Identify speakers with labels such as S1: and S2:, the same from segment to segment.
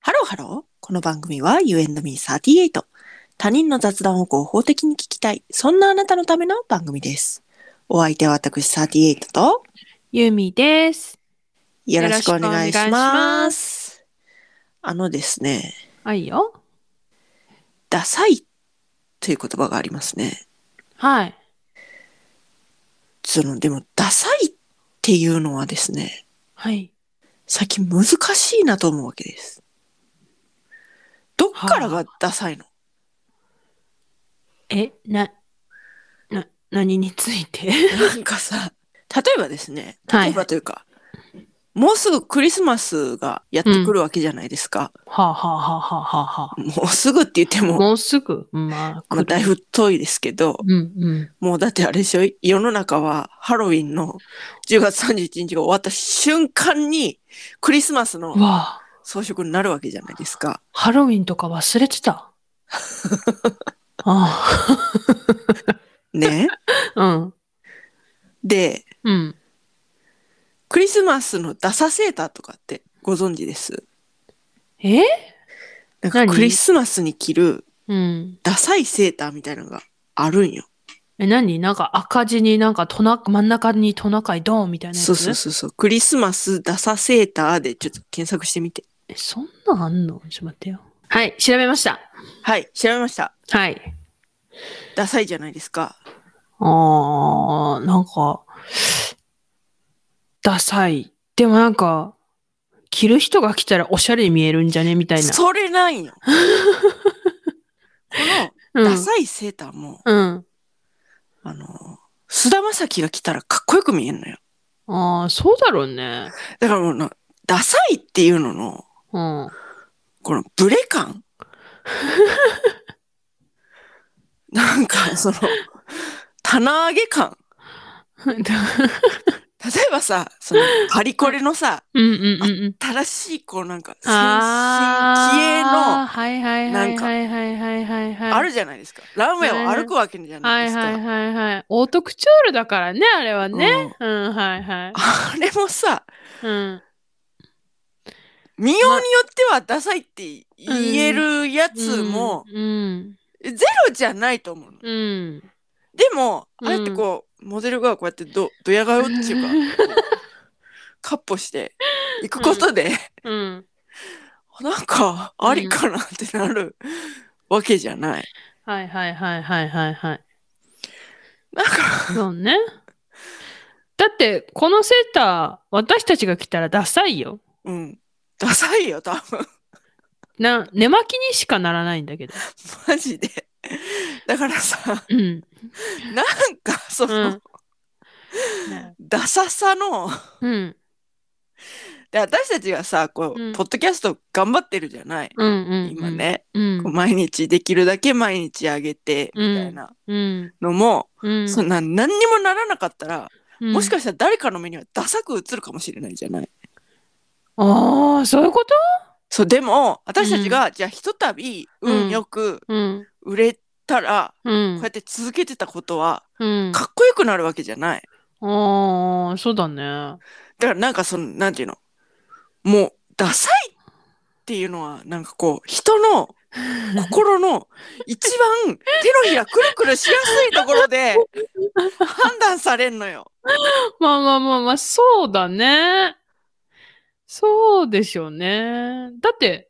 S1: ハロー。この番組は You and me38。他人の雑談を合法的に聞きたい。そんなあなたのための番組です。お相手は私38と
S2: ゆみです。
S1: よろしくお願いし
S2: よろしくお願
S1: ま。
S2: いします
S1: あのですね、
S2: はいよ。
S1: ダサいという言葉がありますね。
S2: はい。
S1: その、でもダサいっていうのはですね、
S2: はい。
S1: 最近難しいなと思うわけです。どっからがダサいの
S2: え、な、な、何について
S1: なんかさ、例えばですね、
S2: は
S1: 例
S2: い
S1: えばというか、もうすぐクリスマスがやってくるわけじゃないですか。
S2: はあ、はあはあはあはあ
S1: もうすぐって言っても、
S2: もうすぐ、まあ、
S1: まあ、だいぶ遠いですけど、
S2: うんうん。
S1: もうだってあれでしょ、世の中はハロウィンの10月31日が終わった瞬間に、クリスマスの
S2: わあ、
S1: 装飾になるわけじゃないですか。
S2: ハロウィンとか忘れてた。 あ
S1: ね。
S2: あ、うん。
S1: で、
S2: うん。
S1: クリスマスのダサセーターとかってご存知です。
S2: え
S1: なんか
S2: 何
S1: クリスマスに着る
S2: うん。
S1: ダサいセーターみたいなのがあるんよ。
S2: え、何なんか赤字になんかトナ、真ん中にトナカイドーンみたいなやつ
S1: そうそうそうそう。クリスマスダサセーターでちょっと検索してみて。
S2: え、そんなんあんのちょっと待ってよ。はい、調べました。
S1: はい、調べました。
S2: はい。
S1: ダサいじゃないですか。
S2: あー、なんか、ダサい。でもなんか、着る人が来たらおしゃれに見えるんじゃねみたいな。
S1: それない よ。こ
S2: う
S1: の
S2: ん、
S1: ダサいセーターも、
S2: うん。
S1: あの、菅田将暉が着たらかっこよく見えるのよ。
S2: あー、そうだろうね。
S1: だからもうな、ダサいっていうのの、
S2: うん。
S1: このブレ 感なんかその、棚上げ感例えばさ、その、パリコレのさ、
S2: うんうんうんうん。
S1: 正しい、こうなんか、先
S2: あ
S1: 進気鋭の
S2: ー、はいはいはいはいはいはいはいはい。
S1: あるじゃないですか。ランウェイを歩くわけじゃないで
S2: はい
S1: すか。
S2: はいはいはい。オートクチュールだからね、あれはね。
S1: うん
S2: うん、はいはい。
S1: あれもさ、
S2: うん。
S1: 見ようによってはダサいって言えるやつも、
S2: うん。
S1: ゼロじゃないと思うの。
S2: うん。
S1: でも、
S2: うん
S1: あれってこう、モデルがこうやってど、どや顔っていう か、こうカッポしていくことで、
S2: うん。
S1: なんか、ありかなってなるわけじゃない。
S2: はいはいはいはいはいはい。
S1: なんか、
S2: そうね。だって、このセーター、私たちが着たらダサいよ。
S1: うん。ダサいよ、多分。
S2: な、寝巻きにしかならないんだけど。
S1: マジで。だからさ、
S2: うん。
S1: なんか、 その、
S2: うん。ね
S1: ダサさの、
S2: うん。
S1: で私たちがさこう、
S2: うん
S1: ポッドキャスト頑張ってるじゃない、
S2: うん。うん。
S1: 今。ね、
S2: うん
S1: こう。毎日できるだけ毎日あげてみたいな
S2: うん。
S1: のも、
S2: うん。
S1: そんな何にもならなかったら、
S2: うん
S1: もしかしたら誰かの目にはダサく映るかもしれないじゃない
S2: ああ、そういうこと
S1: そうでも私たちが、じゃあひとたび
S2: うん
S1: 運よく
S2: うん。
S1: 売れたら、
S2: う
S1: こ
S2: ん
S1: うや。って続けてたことは
S2: うん。
S1: かっこよくなるわけじゃない
S2: ああ、そうだね。
S1: だからなんかそのなんていうのもうダサいっていうのはなんかこう人の心の一番手のひらくるくるしやすいところで判断されんのよ。
S2: まあまあまあまあ、そうだね。そうでしょうね。だって、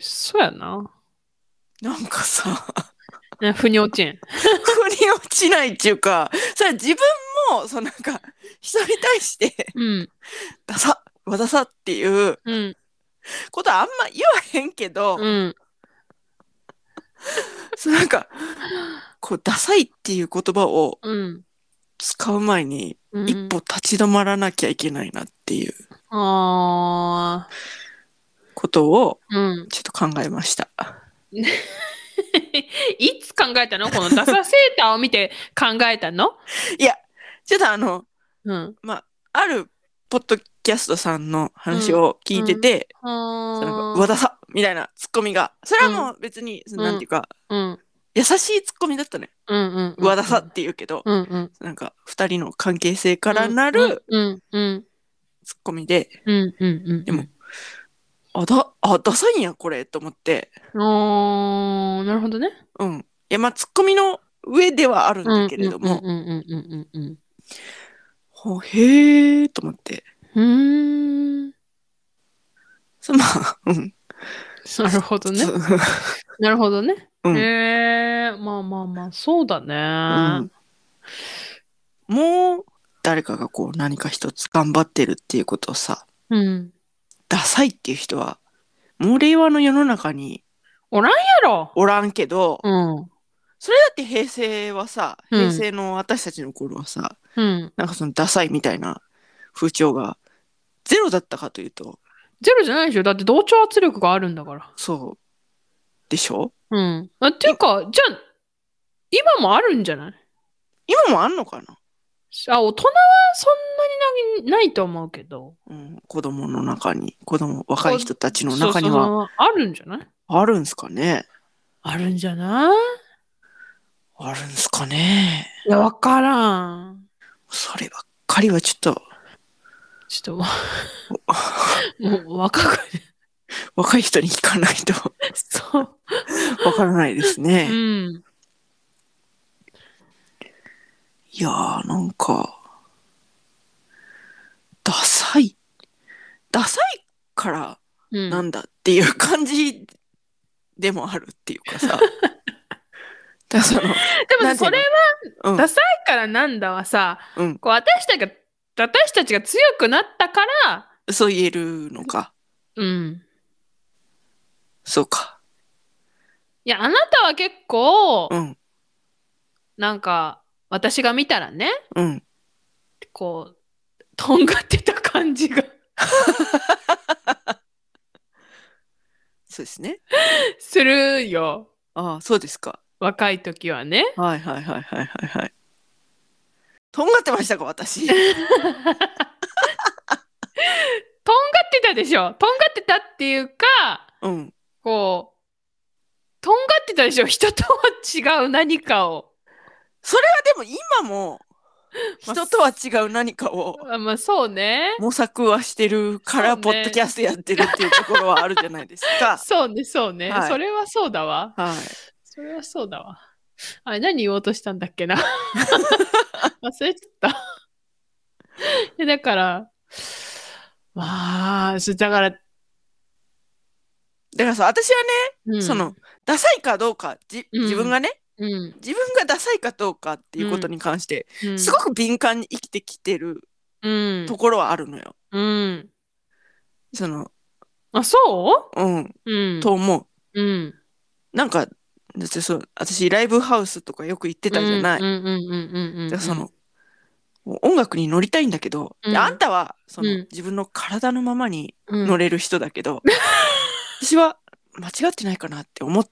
S2: そうやな。
S1: なんかさ、
S2: ね、腑に落ちん。
S1: 腑に落ちないっていうか、さ、自分も、そうなんか、人に対して、
S2: うん。
S1: ダサ、わださっていう
S2: うん。
S1: ことはあんま言わへんけど、
S2: うん。
S1: そうなんか、こう、ダサいっていう言葉を
S2: うん。
S1: 使う前に、
S2: うん
S1: 一歩立ち止まらなきゃいけないなっていう
S2: あ
S1: ことを、
S2: あ。うん。
S1: ちょっと考えました。
S2: いつ考えたのこのダサセーターを見て考えたの
S1: いや、ちょっとあの、
S2: うん。
S1: あるポッドキャストさんの話を聞いてて、
S2: あ
S1: なんか
S2: ー
S1: 和田さんみたいなツッコミがそれはもう別に、そのなんていうか、
S2: うん。
S1: 優しいツッコミだったね
S2: うんうん。うん
S1: 和田さんっ。て言うけど、
S2: うんうん。
S1: なんか二人の関係性からなる
S2: うんうん。
S1: ツッコミで、
S2: うんうんうん。
S1: でもあ、だ、あ、ダサいんや、これ、と思って。
S2: あー、なるほどね。
S1: うん。いや、まあ、ツッコミの上ではあるんだけれども、
S2: うんうんうんうんうん
S1: ほへーと思って。
S2: うん。う
S1: そまあ、うん。
S2: ーん。なるほどね。なるほどね。
S1: うん
S2: へえ、まあまあまあ、そうだね。
S1: もう、誰かがこう、何か一つ頑張ってるっていうことをさ、
S2: うん。
S1: ダサいっていう人は、もう令和の世の中に
S2: おらんやろ。
S1: おらんけど、
S2: うん。
S1: それだって平成はさ、
S2: う
S1: 平
S2: ん
S1: 成の私たちの頃はさ、
S2: うん。
S1: なんかそのダサいみたいな風潮がゼロだったかというと、
S2: ゼロじゃないでしょ。だって同調圧力があるんだから。
S1: そう。でしょ
S2: うん。あっていうか、じゃあ、今もあるんじゃない
S1: 今もあんのかな、
S2: あ、大人はそんなになないと思うけど。
S1: うん、子供の中に、子供、若い人たちの中に
S2: そう
S1: は
S2: そうあるんじゃない
S1: あるんすかね
S2: あるんじゃない
S1: あるんすかね
S2: いや、わからん。
S1: そればっかりはちょっと、
S2: ちょっとわ、もう若くね。
S1: 若い人に聞かない と
S2: そう。
S1: わからないです
S2: う
S1: ね。
S2: ん。
S1: いやー、なんか、ダサい。ダサいから
S2: うん。
S1: なんだっていう感じでもあるっていうか さ。だからその、
S2: でも
S1: なん
S2: さ
S1: ていう
S2: そ
S1: の
S2: れは
S1: うん
S2: ダサいからなんだはさ、
S1: うん
S2: こう私たちが私たちが強くなったから、
S1: そう言えるのか。
S2: うん、
S1: そうか。
S2: いやあなたは結構、
S1: うん、
S2: なんか私が見たらね
S1: うん。
S2: こうとんがってた感じが
S1: そうですね。
S2: するよ
S1: ああ、そうですか。
S2: 若い時はね。
S1: はいはいはいはいはいはい。とんがってましたか、 私。
S2: とんがってたでしょとんがってたっていうか
S1: うん。
S2: こうとんがってたでしょ人とは違う何かを。
S1: でも今も、
S2: まあ
S1: 人とは違う何かを
S2: あまあそうね。
S1: 模索はしてるから、
S2: そうね。
S1: ポッドキャストやってるっていうところはあるじゃないですか
S2: そうね、そうね。
S1: はい
S2: それはそうだわ。
S1: はい。
S2: それはそうだわ。あれ、何言おうとしたんだっ けな。忘れちゃった。えだから、まあ、そだから、
S1: だからさ、私は
S2: うん
S1: ね、その、、ダサいかどうか、じ
S2: うん
S1: 自分がね、
S2: うん、
S1: 自分がダサいかどうかっていうことに関して、
S2: うん
S1: すごく敏感に生きてきてる
S2: うん、
S1: ところはあるのよ。
S2: うん。
S1: その、
S2: あ、そ
S1: うん、
S2: ううん。
S1: と思う。
S2: うん。
S1: なんか、だってそう、私、ライブハウスとかよく行ってたじゃない。
S2: うんうんうんうんうんうん。
S1: だからその、音楽に乗りたいんだけど、で
S2: うん
S1: あんたはその、
S2: うん
S1: 自分の体のままに
S2: うん、
S1: 乗れる人だけ ど、私は間違ってないかなって思っ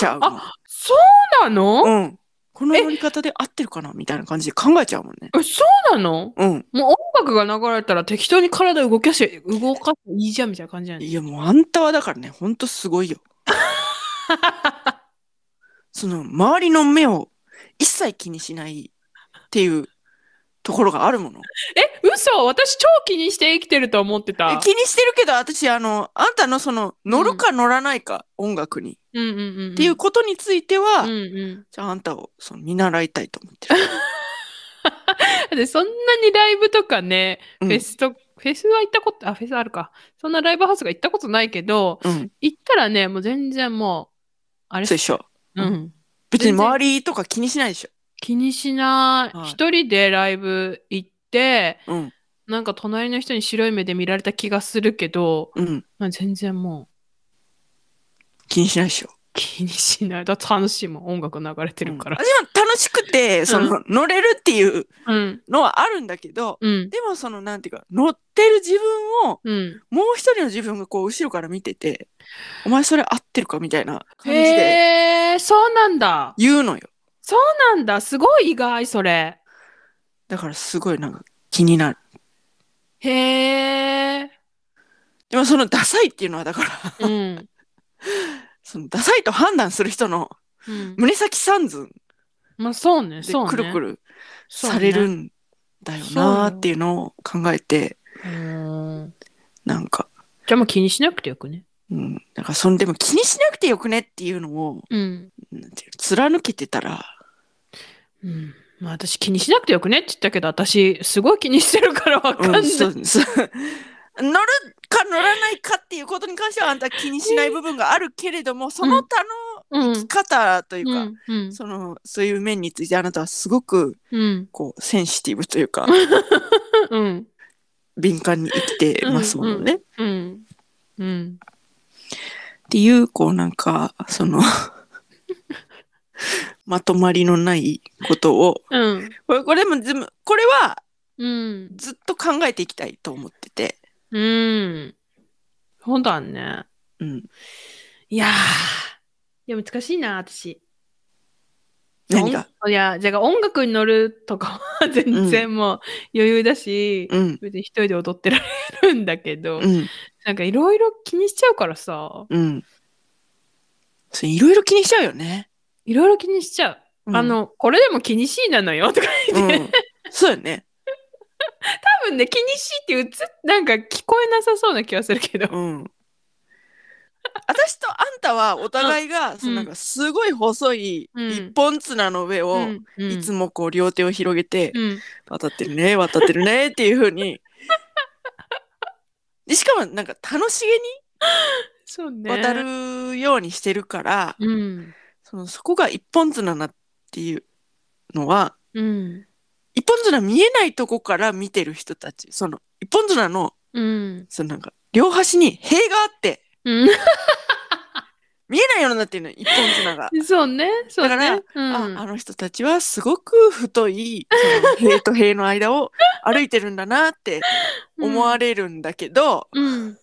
S1: ちゃうもん
S2: あ、そうなの、
S1: うん、この乗り方で合ってるかなみたいな感じで考えちゃうもんね。
S2: えそうなの
S1: うん、
S2: もう音楽が流れたら適当に体動かして、動かしていいじゃんみたいな感じじゃない
S1: いやもうあんたはだからねほんとす ごいよ。その周りの目を一切気にしないっていうところがあるもの。
S2: え、嘘私超気にして生きてると思って
S1: え
S2: た。
S1: 気にしてるけど私あのあんたのその乗るか乗らないか、音楽に
S2: うんうんうんうん。
S1: っていうことについては、
S2: うんうん。
S1: じゃああんたをその見習いたいと思 ってる。
S2: だってそんなにライブとかね、
S1: うん
S2: フェスと、フェスは行ったこと、あ、フェスあるか。そんなライブハウスが行ったことないけど、
S1: うん、
S2: 行ったらね、もう全然もう、あれ
S1: そうでしょ。
S2: うん。
S1: 別に周りとか気にしないでしょ。
S2: 気にしない。
S1: はい
S2: 一人でライブ行って、
S1: うん、
S2: なんか隣の人に白い目で見られた気がするけど、
S1: うん、
S2: まあ全然もう
S1: 気にしないでしょ。
S2: 気にしない。だって楽しいもん、音楽流れてるから
S1: うん。私は楽しくて、その、乗れるっていう
S2: うん。
S1: のはあるんだけど、
S2: うん。
S1: でもその、なんていうか、乗ってる自分を、
S2: うん。
S1: もう一人の自分がこう、後ろから見てて、お前それ合ってるかみたいな感じで
S2: へえそうなんだ。
S1: 言うのよ。
S2: そうなんだ。すごい意外、それ。
S1: だからすごいなんか気になる。
S2: へえ。
S1: でもそのダサいっていうのはだから、
S2: うん。
S1: そのダサいと判断する人の
S2: うん、
S1: 胸先三寸
S2: まあ、そうね、
S1: で
S2: そうね。
S1: くるくる
S2: そうね
S1: される。んだよなーっていうのを考えて、
S2: うーん
S1: なんか、
S2: じゃあもう気にしなくてよくね。
S1: うん。だから、その、でも気にしなくてよくねっていうのを、
S2: うん。
S1: なんていうの貫けてたら、
S2: うん。まあ私気にしなくてよくねって言ったけど、私すごい気にしてるからわかんな
S1: う
S2: い。
S1: ん、そうそう乗るか乗らないかっていうことに関してはあんたは気にしない部分があるけれども、その他
S2: うん
S1: の生き方というか、
S2: うん。うん
S1: そのそういう面についてあなたはすごく
S2: うん。
S1: こうセンシティブという か
S2: うん。
S1: 敏感に生きてますものね。
S2: ん
S1: っ
S2: うん。うん。
S1: ていうこうなんかその まとまりのないことを
S2: うん。
S1: これこれも全部これは
S2: うん。
S1: ずっと考えていきたいと思ってて、
S2: うん。そうだね。
S1: うん、
S2: いやー。いや、難しいな、私。
S1: 何が、
S2: 音いや、じゃあ音楽に乗るとかは全然もう余裕だし、
S1: うん
S2: 別に一人で踊ってられるんだけど、
S1: うん
S2: なんかいろいろ気にしちゃうからさ、
S1: うん。それいろいろ気にしちゃうよね。
S2: いろいろ気にしちゃう。
S1: うん
S2: あ、の、これでも気にしいなのよとか言って、
S1: うん、そうよね。
S2: 多分ね、気にしいってうつ、なんか聞こえなさそうな気がするけど。
S1: うん。私とあんたはお互いが、そのなんかすごい細い
S2: うん
S1: 一本綱の上を、
S2: うんうん
S1: いつもこう両手を広げて、
S2: うん
S1: 渡ってるね渡ってるねっていうふう にでしかもなんか楽し
S2: そうね。
S1: げに渡。るようにしてるから、
S2: うん。
S1: そのそこが一本綱なっていうのは
S2: うん。
S1: 一本綱見えないとこから見てる人たちその一本綱の
S2: うん。
S1: そのなんか両端に塀があって
S2: う
S1: 見えないようになってるの一本綱が。
S2: ん。そうね。そうね。
S1: だから
S2: うん、
S1: ああの人たちはすごく太いその塀と塀の間を歩いてるんだなって思われるんだけど、
S2: うん。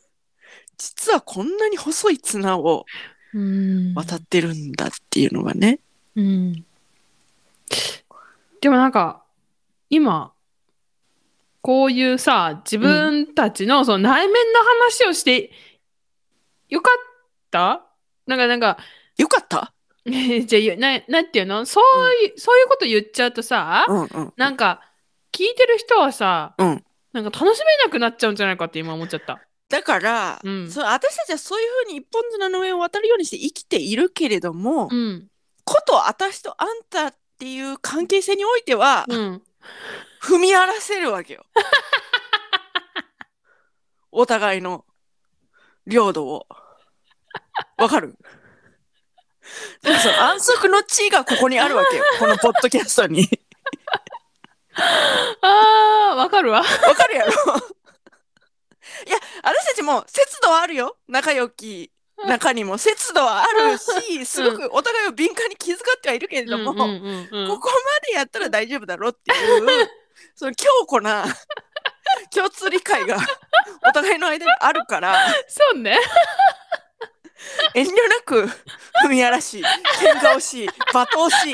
S1: 実はこんなに細い綱を
S2: うん。
S1: 渡ってるんだっていうのがね。
S2: うん。でもなんか、今、こういうさ、自分たちのその内面の話をして、よかったなんか、なんか、
S1: よかった
S2: じゃあゆな、なんていうのそういう、そういうこと言っちゃうとさ、
S1: うんうん。
S2: なんか、聞いてる人はさ、
S1: うん
S2: なんか楽しめなくなっちゃうんじゃないかって今思っちゃった。
S1: だから、
S2: うん
S1: そう私たちはそういうふうに一本綱の上を渡るようにして生きているけれども、
S2: うん。
S1: こと私とあんたっていう関係性においては、
S2: うん。
S1: 踏み荒らせるわけよ。お互いの領土を。わかるだからその安息の地位がここにあるわ けよ。このポッドキャストに。
S2: あー、わかるわ。
S1: わかる やろいや、私たちも節度はあるよ。仲良き中にも節度はあるし、すごくお互いを敏感に気遣ってはいるけれども、
S2: うんうんうんうん
S1: ここまでやったら大丈夫だろって いう、その強固な共通理解がお互いの間にあるから、
S2: そうね。
S1: 遠慮なく踏み荒らし、喧嘩をし、罵倒し、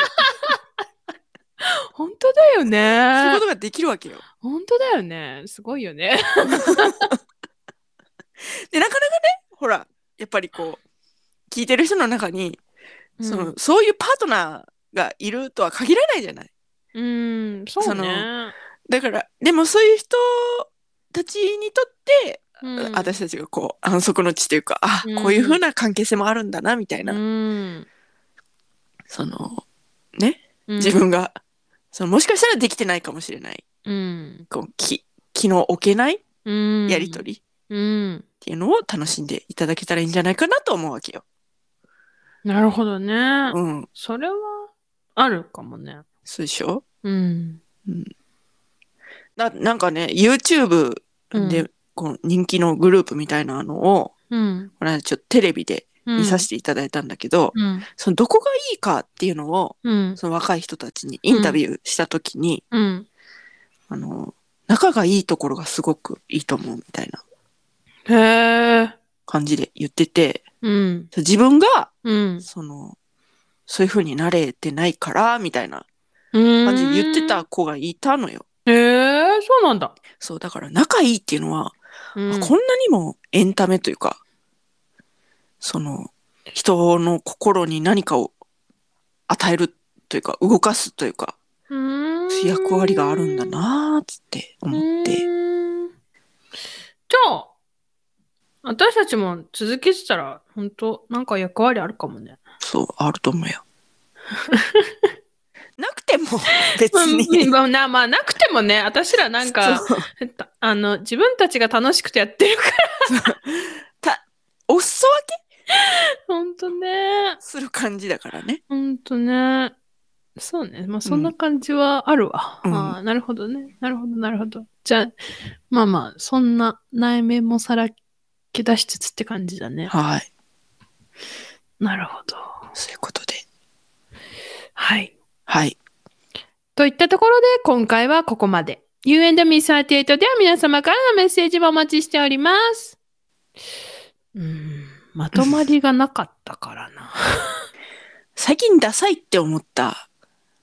S2: 本当だよ
S1: そういう
S2: ね
S1: こ。とができるわけよ。
S2: 本当だよね。すごいよ
S1: で、
S2: ね。
S1: なかなかね、ほら、やっぱりこう、聞いてる人の中に、そのそういうパートナーがいるとは限らないじゃない。
S2: うん、うん、そう
S1: そ
S2: ね。
S1: だから、でもそういう人たちにとって、
S2: うん、
S1: 私たちがこう安息の地というか、あ
S2: うん
S1: こういう風な関係性もあるんだなみたいな、
S2: うん、
S1: そのね
S2: うん
S1: 自、分が、そのもしかしたらできてないかもしれない
S2: うん
S1: こうき気の置けない
S2: うん、
S1: やり取りっ
S2: り。うん、
S1: ていうのを楽しんでいただけたらいいんじゃないかなと思うわけよ。
S2: なるほどね。
S1: うん、
S2: それはあるかもね。
S1: そうでしょ
S2: うん、
S1: ななんかね YouTube で、
S2: う
S1: こう人気のグループみたいなのを
S2: うん、
S1: この間ちょっとテレビで
S2: うん
S1: 見させていただいたんだけど、
S2: うん、
S1: そのどこがいいかっていうのを
S2: うん、
S1: その若い人たちにインタビューした時に、
S2: うん。
S1: あの、仲がいいところがすごくいいと思うみたいな
S2: へえ、
S1: 感じで言ってて、
S2: うん、
S1: 自分が、
S2: うん。
S1: その、そういう風になれてないから、みたいな
S2: 感
S1: 感じで言ってた。子がいたのよ。
S2: へえ、そうなんだ。
S1: そう、だから仲いいっていうのは、
S2: うん
S1: こんなにもエンタメというか、その、人の心に何かを与えるというか、動かすというか、
S2: うん
S1: 役割があるんだなーっつって思って。
S2: うーんじゃあ、私たちも続けてたら、本当なんか役割あるか もね。
S1: そう、あると思う よ。なくても別
S2: うん
S1: に。
S2: まあな、まあ、なくてもね、私らなんか、
S1: そう
S2: あの、自分たちが楽しくてやってるから、
S1: お裾分け
S2: 本当ね。
S1: する感じだからね。
S2: 本当ね。そうね。まあ、そんな感じはあるわ。
S1: うん
S2: ああ、なるほどね。なるほど、なるほど。じゃあ、まあまあ、そんな内面もさらけ出しつつって感じだね。
S1: はい。
S2: なるほど。
S1: そういうことで。
S2: はい。
S1: はい。
S2: といったところで今回はここまで。U&Me38 では皆様からのメッセージもお待ちしております。うーん、まとまりがなかったからな。
S1: 最近ダサいって思った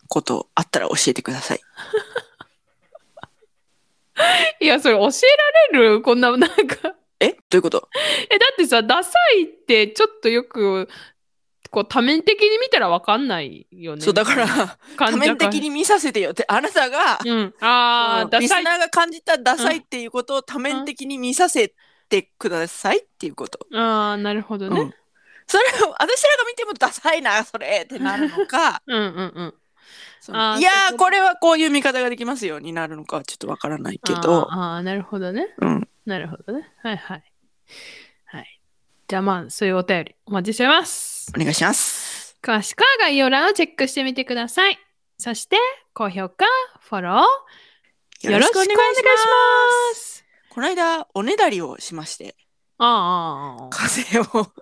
S1: ことあったら教えてください。
S2: いや、それ教えられるこんな、なんか。
S1: えどういうこと
S2: え、だってさ、ダサいってちょっとよく、こう、多面的に見たらわかんないよね。
S1: そう、だ から、
S2: 患
S1: 多
S2: 者が、
S1: 面的に見させてよって、あなたが、
S2: うん。あ
S1: そ
S2: あ、
S1: の
S2: ダ
S1: リ
S2: サ
S1: ス
S2: い。
S1: ナーが感じたダサいっていうことを多面的に見させてくださいっていうこと。
S2: ああ、なるほど
S1: う
S2: ね
S1: ん。それを私らが見てもダサいなそれってなるの か
S2: うんうんうん。
S1: その
S2: あー
S1: いや
S2: そ
S1: ー
S2: ういうこと
S1: これはこういう見方ができますよになるのかはちょっとわからないけど
S2: あーあー、なるほどね。
S1: うん
S2: なるほどね。はいはい。はい。じゃあまあ、そういうお便りお待ちしてます。
S1: お願いします
S2: 詳しくは概要欄をチェックしてみてください。そして、高評価、フォロー、よろしくお願いします。
S1: この間おねだりをしまして
S2: あああああ
S1: 風邪を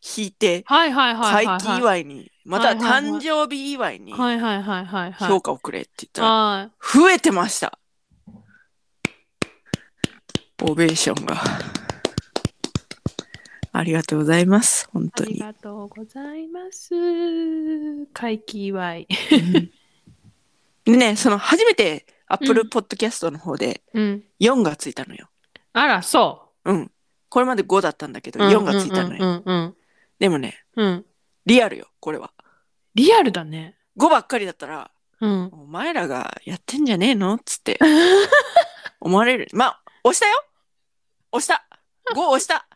S1: ひいて
S2: あ。はいはいはい
S1: 回
S2: はい、
S1: 帰
S2: はい。
S1: 祝いにまたは
S2: はいはいは
S1: 誕
S2: い
S1: 生日祝いに
S2: はいはいはいはいはい。
S1: 評価をくれって言ったら
S2: はい。
S1: 増えてましたオベーションがありがとうございます本
S2: あ
S1: 当
S2: り
S1: に
S2: がとうございます。回帰祝い。
S1: でね、その初めて
S2: う
S1: Apple
S2: ん
S1: Podcast の方で
S2: うん。
S1: 4がついたのよ。
S2: あら、そ
S1: うん。これまで5だったんだけ
S2: う。
S1: ど4がついたのよ。
S2: うんうん
S1: でもね、
S2: うんうん。うん。
S1: リアルよ、これは。
S2: リアルだね。
S1: 5ばっかりだったら、
S2: うん。
S1: お前らがやってんじゃねえのっつって思われる。まあ、押したよ押した !5 押した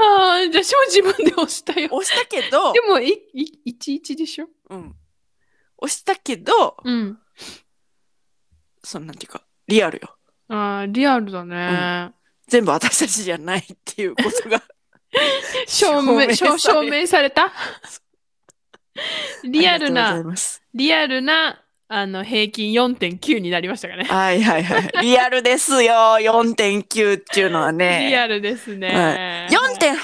S2: ああ、私も自分で押したよ。
S1: 押したけど
S2: で、も、い、い、いちいちでしょ
S1: うん。押したけど、
S2: うん。
S1: そのなんていうか、リアルよ。
S2: ああ、リアルだね。
S1: 全部私たちじゃないっていうことが
S2: 証明、証証明された リアル
S1: ありがとうござい
S2: な、
S1: ます
S2: リアルな、あの、平均4.9になりましたかね。
S1: はいはいはい。リアルですよ。4.9っていうのはね。
S2: リアルですね。
S1: 4.8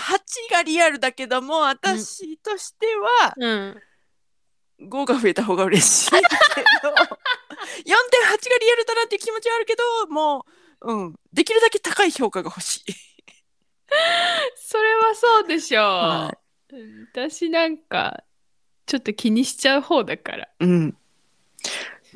S1: がリアルだけども、私としては
S2: うん。
S1: 5が増えた方が嬉しいけど、4.8がリアルだなっていう気持ちはあるけど、もう、うん、できるだけ高い評価が欲しい。
S2: それはそうでしょう。
S1: は
S2: うん私なんか、ちょっと気にしちゃう方だから。
S1: うん。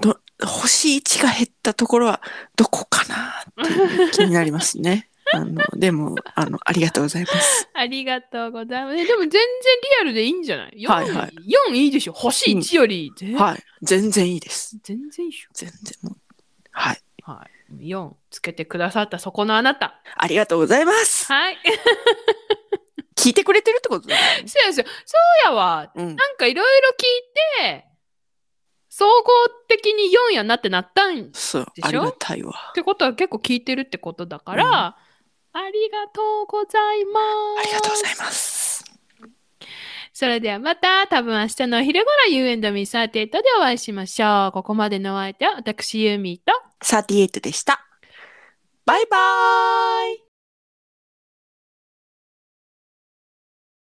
S1: ど星1が減ったところはどこかなっていう気になりますね。 あのでもあの、ありがとうございます。
S2: ありがとうございます。えでも全然リアルでいいんじゃない ?4、
S1: はいはい
S2: 4いいでしょ星1より全、
S1: はい。全然いいです。
S2: 全然いいでしょ
S1: 全然もう。はい。
S2: はい。4つけてくださったそこのあなた。
S1: ありがとうございます。
S2: はい。
S1: 聞いてくれてるってことだよね。
S2: そうやそうやそうやわ。
S1: うん。
S2: なんかいろいろ聞いて、総合的に4やなってなったんっ
S1: そう
S2: でし。ょ
S1: ありがたいわ。
S2: てことは結構聞いてるってことだから、
S1: うん
S2: ありがとうございます。
S1: ありがとうございます。
S2: それではまた、多分明日のお昼頃 U&Me38 でお会いしましょう。ここまでのお相手は私ユーミーと
S1: 38でした。バイバーイ